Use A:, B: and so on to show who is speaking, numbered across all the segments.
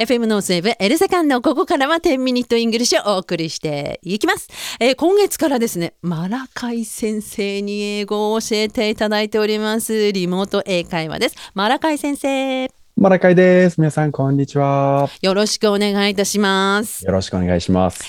A: FM ノースウェブエルセカンのここからは10ミニットイングリッシュをお送りしていきます、えー今月からですねマラカイ先生に英語を教えていただいておりますリモート英会話ですマラカイ先生よ
B: マラカイです。皆さん、こんにちは。
A: ろしくお願いいたします
B: よろしくお願いします。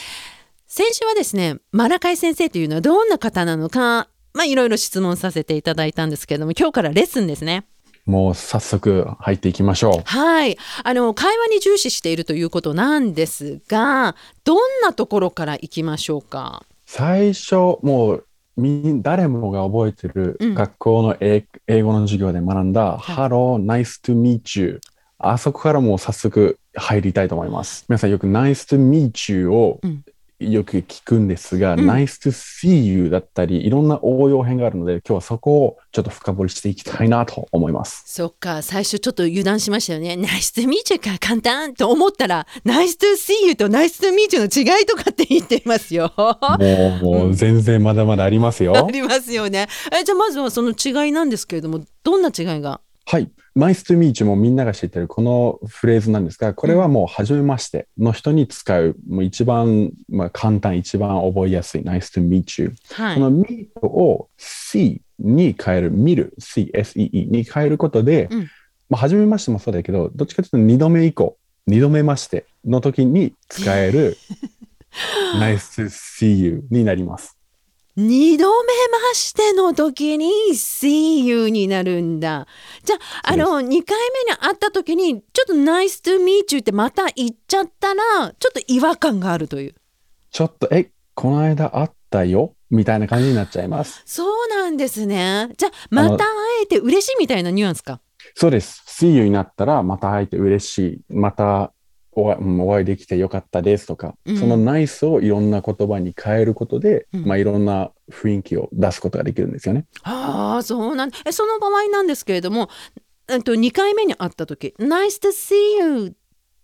A: 先週はですねマラカイ先生というのはどんな方なのかまあいろいろ質問させていただいたんですけれども今日からレッスンですね
B: もう早速入っていきましょ
A: はい、あの会話に重視しているということなんですが、どんなところから行きましょうか。
B: う。最初、もうみん、誰もが覚えてる
A: うん
B: 学校の英,、英語の授業で学んだ、Hello, nice to meet you。あそこからもう早速入りたいと思います。皆さんよく Nice to meet you を
A: うん
B: よく聞くんですが、
A: うん
B: Nice to see you だったり、いろんな応用編があるので、今日はそこをちょっと深掘りしていきたいなと思います。
A: そっか、最初ちょっと油断しましたよね。ナイス to meet you か簡単と思ったら、ナイス to see you とナイス to meet you の違いとかって言っていますよ。あ
B: もう、もう全然まだまだありますよ。
A: りますよね。えじゃあまずはその違いなんですけれども、どんな違いが
B: はい。Nice to meet you もみんなが知ってるこのフレーズなんですが、これはもう初めましての人に使う、もう一番、まあ、簡単、一番覚えやすい Nice to meet you。
A: は
B: こ
A: い。
B: の meet を see に変える、見る、see, see に変えることで、
A: うん
B: まあ、初めましてもそうだけど、どっちかというと二度目以降、二度目ましての時に使 える Nice to see you になります。
A: 二度目ましての時に See you になるんだ。じゃあ、あの、二回目に会った時に、ちょっと Nice to meet you ってまた言っちゃったら、ちょっと違和感があるという。
B: ちょっと、え、この間会ったよみたいな感じになっちゃいます。
A: そうなんですね。じゃあ、また会えて嬉しいみたいなニュアンスか。
B: そうです。See you になったら、また会えて嬉しい。またお会うんお会いできてよかったですとか、
A: うん
B: そのナイスをいろんな言葉に変えることで、
A: うん
B: まあ、いろんな雰囲気を出すことができるんですよね。
A: ああ、そうなんえ、その場合なんですけれども、えっと、二回目に会った時、Nice to see you っ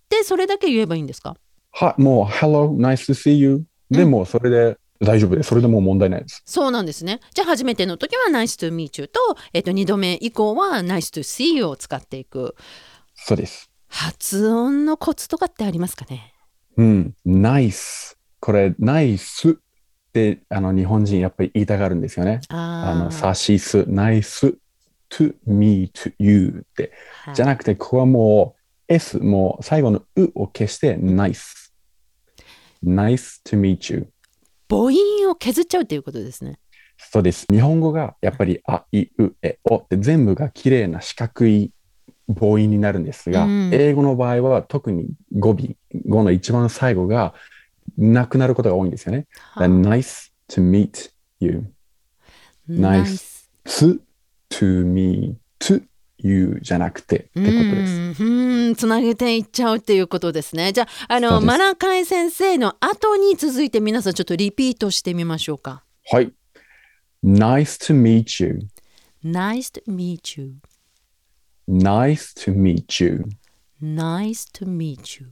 A: てそれだけ言えばいいんですか
B: は、もう、Hello, nice to see you。で
A: うん
B: も、それで大丈夫です。それでもう問題ないです。
A: そうなんですね。じゃあ初めての時は Nice to meet you と、えっと、2度目以降は Nice to see you を使っていく。
B: そうです。
A: 発音のコツとかってありますかね
B: うん、ナイス。これ、ナイスって、あの、日本人やっぱり言いたがるんですよね。あ
A: あ
B: の、サシス、ナイス、to me, to you って。じゃ
A: な
B: なくて、ここはもう S、もう最後のうを消して、ナイス。ナイス to meet you。
A: 母音を削っちゃうということですね。
B: そうです。日本語がやっぱり、あ、い、う、え、おって全部が綺麗な四角い母音になるんですが、
A: うん
B: 英語の場合は特に語尾、語の一番最後がなくなることが多いんですよね。
A: はあ
B: nice to meet you。ナイス to, to me, to you じゃなくてってこ
A: う
B: とです。
A: んうんつなげていっちゃうっていうことですね。じゃああ
B: そ
A: の
B: うです
A: マラカイ先生の後に続いて皆さんちょっとリピートしてみましょうか。
B: はい。Nice to meet you.
A: Nice to meet you.
B: Nice to meet you.
A: Nice to meet you.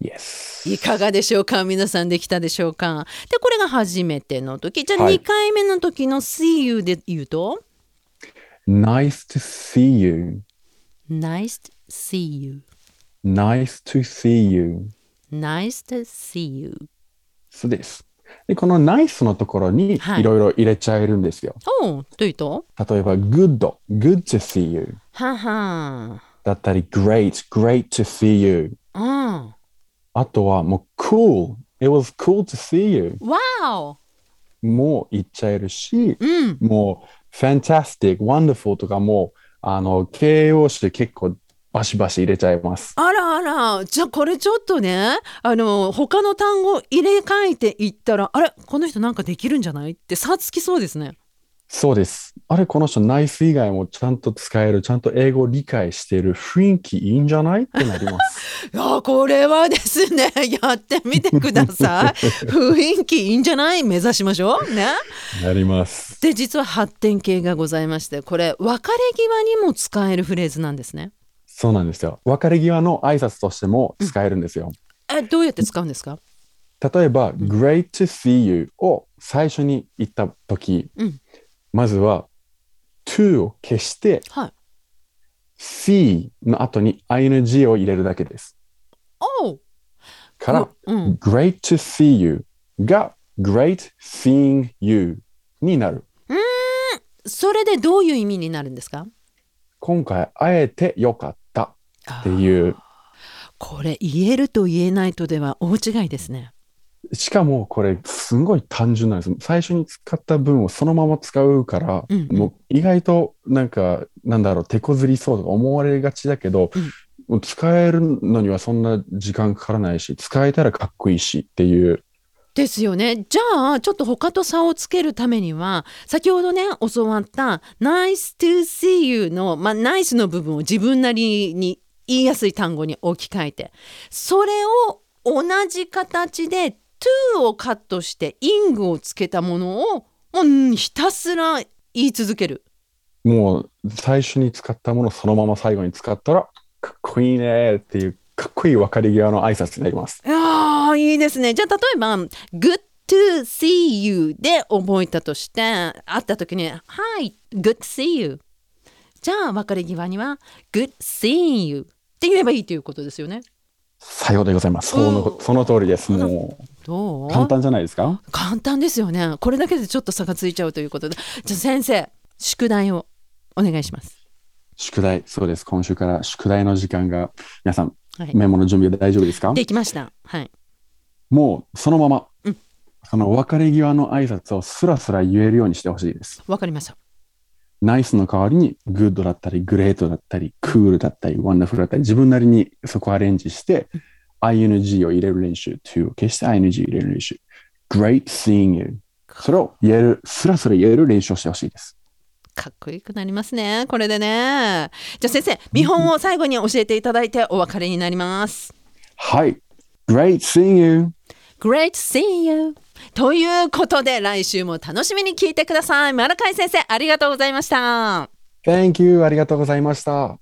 B: Yes.
A: いかがでしょうか皆さんできたでしょうかでこれが初めての時じゃあ
B: はい
A: 2回目の時の See you で言うと、
B: Nice to see you.
A: Nice to see you.
B: Nice to see you.
A: Nice to see you.
B: そうです。で、この nice のところに
A: はい
B: いろいろ入れちゃえるんですよ。
A: おう、どういうと
B: 例えば good, good to see you
A: はは。
B: だったり great, great to see you
A: うん。
B: あとはもう cool, it was cool to see you
A: わお。
B: も言っちゃえるし、
A: うん。
B: もう、fantastic, wonderful とかもう、あの、形容詞で結構バシバシ入れちゃいます。
A: あらあら。じゃあこれちょっとね、あの、他の単語入れ替えていったら、あれこの人なんかできるんじゃないって差つきそうですね。
B: そうです。あれ、この人、ナイス以外もちゃんと使える、ちゃんと英語を理解している雰囲気いいんじゃないってなり ます。
A: いやこれはですね やってみてください雰囲気いいんじゃない目指しましょうね
B: なります。
A: で実は発展系がございましてこれ別れ際にも使えるフレーズなんですね
B: そうなんですよ。別れ際の挨拶としても使えるんですよ。
A: えどうやって使うんですか
B: 例えば、great to see you を最初に言ったとき、
A: うん
B: まずは、to を消して、
A: はい
B: see の後に ing を入れるだけです。
A: お
B: から、
A: うん。
B: great to see you が great seeing you になる。
A: それでどういう意味になるんですか
B: 今回会えてよかったって
A: う。
B: いう。
A: これ言えると言えないとでは大違いですね。
B: しかもこれすごい単純なんです。最初に使った分をそのまま使うから、
A: うん
B: もう意外となんかなんだろう手こずりそうとか思われがちだけど、
A: うん
B: もう使えるのにはそんな時間かからないし使えたらかっこいいしっていう
A: ですよね。じゃあちょっと他と差をつけるためには先ほどね教わった「nice to see you の」まあ「nice」の部分を自分なりに言いやすい単語に置き換えてそれを同じ形で「to」をカットして「ing」をつけたものをもうひたすら言い続ける。
B: もう最初に使ったものそのまま最後に使ったらかっこいいねっていうかっこいい別れ際の挨拶になります。
A: ああいいですねじゃあ例えば「Good to see you」で覚えたとして会った時に「Hi good to see you」じゃあ別れ際には「Good seeing you」って言えばいいということですよね
B: さようでございます。その
A: うん
B: その通りです。も
A: どう
B: う簡単じゃないですか
A: 簡単ですよねこれだけでちょっと差がついちゃうということでじゃあ先生宿題をお願いします
B: 宿題、そうです。今週から宿題の時間が、皆さん、
A: はい
B: メモの準備は大丈夫ですか
A: できましたはい
B: もうそのまま、
A: うん
B: その別れ際の挨拶をスラスラ言えるようにしてほしいです。
A: わかりました
B: ナイスの代わりに、グッドだったり、グレートだったり、クールだったり、ワンダフルだったり、自分なりにそこアレンジして、ING を入れる練習、to を消して ING 入れる練習、Great seeing you。それを言える、スラスラ言える練習をしてほしいです。
A: かっこよくなりますねこれでねじゃあ先生見本を最後に教えていただいてお別れになります
B: はい。Great seeing you!
A: Great seeing you! ということで来週も楽しみに聞いてください。マラカイ先生ありがとうございました。
B: Thank you! ありがとうございました。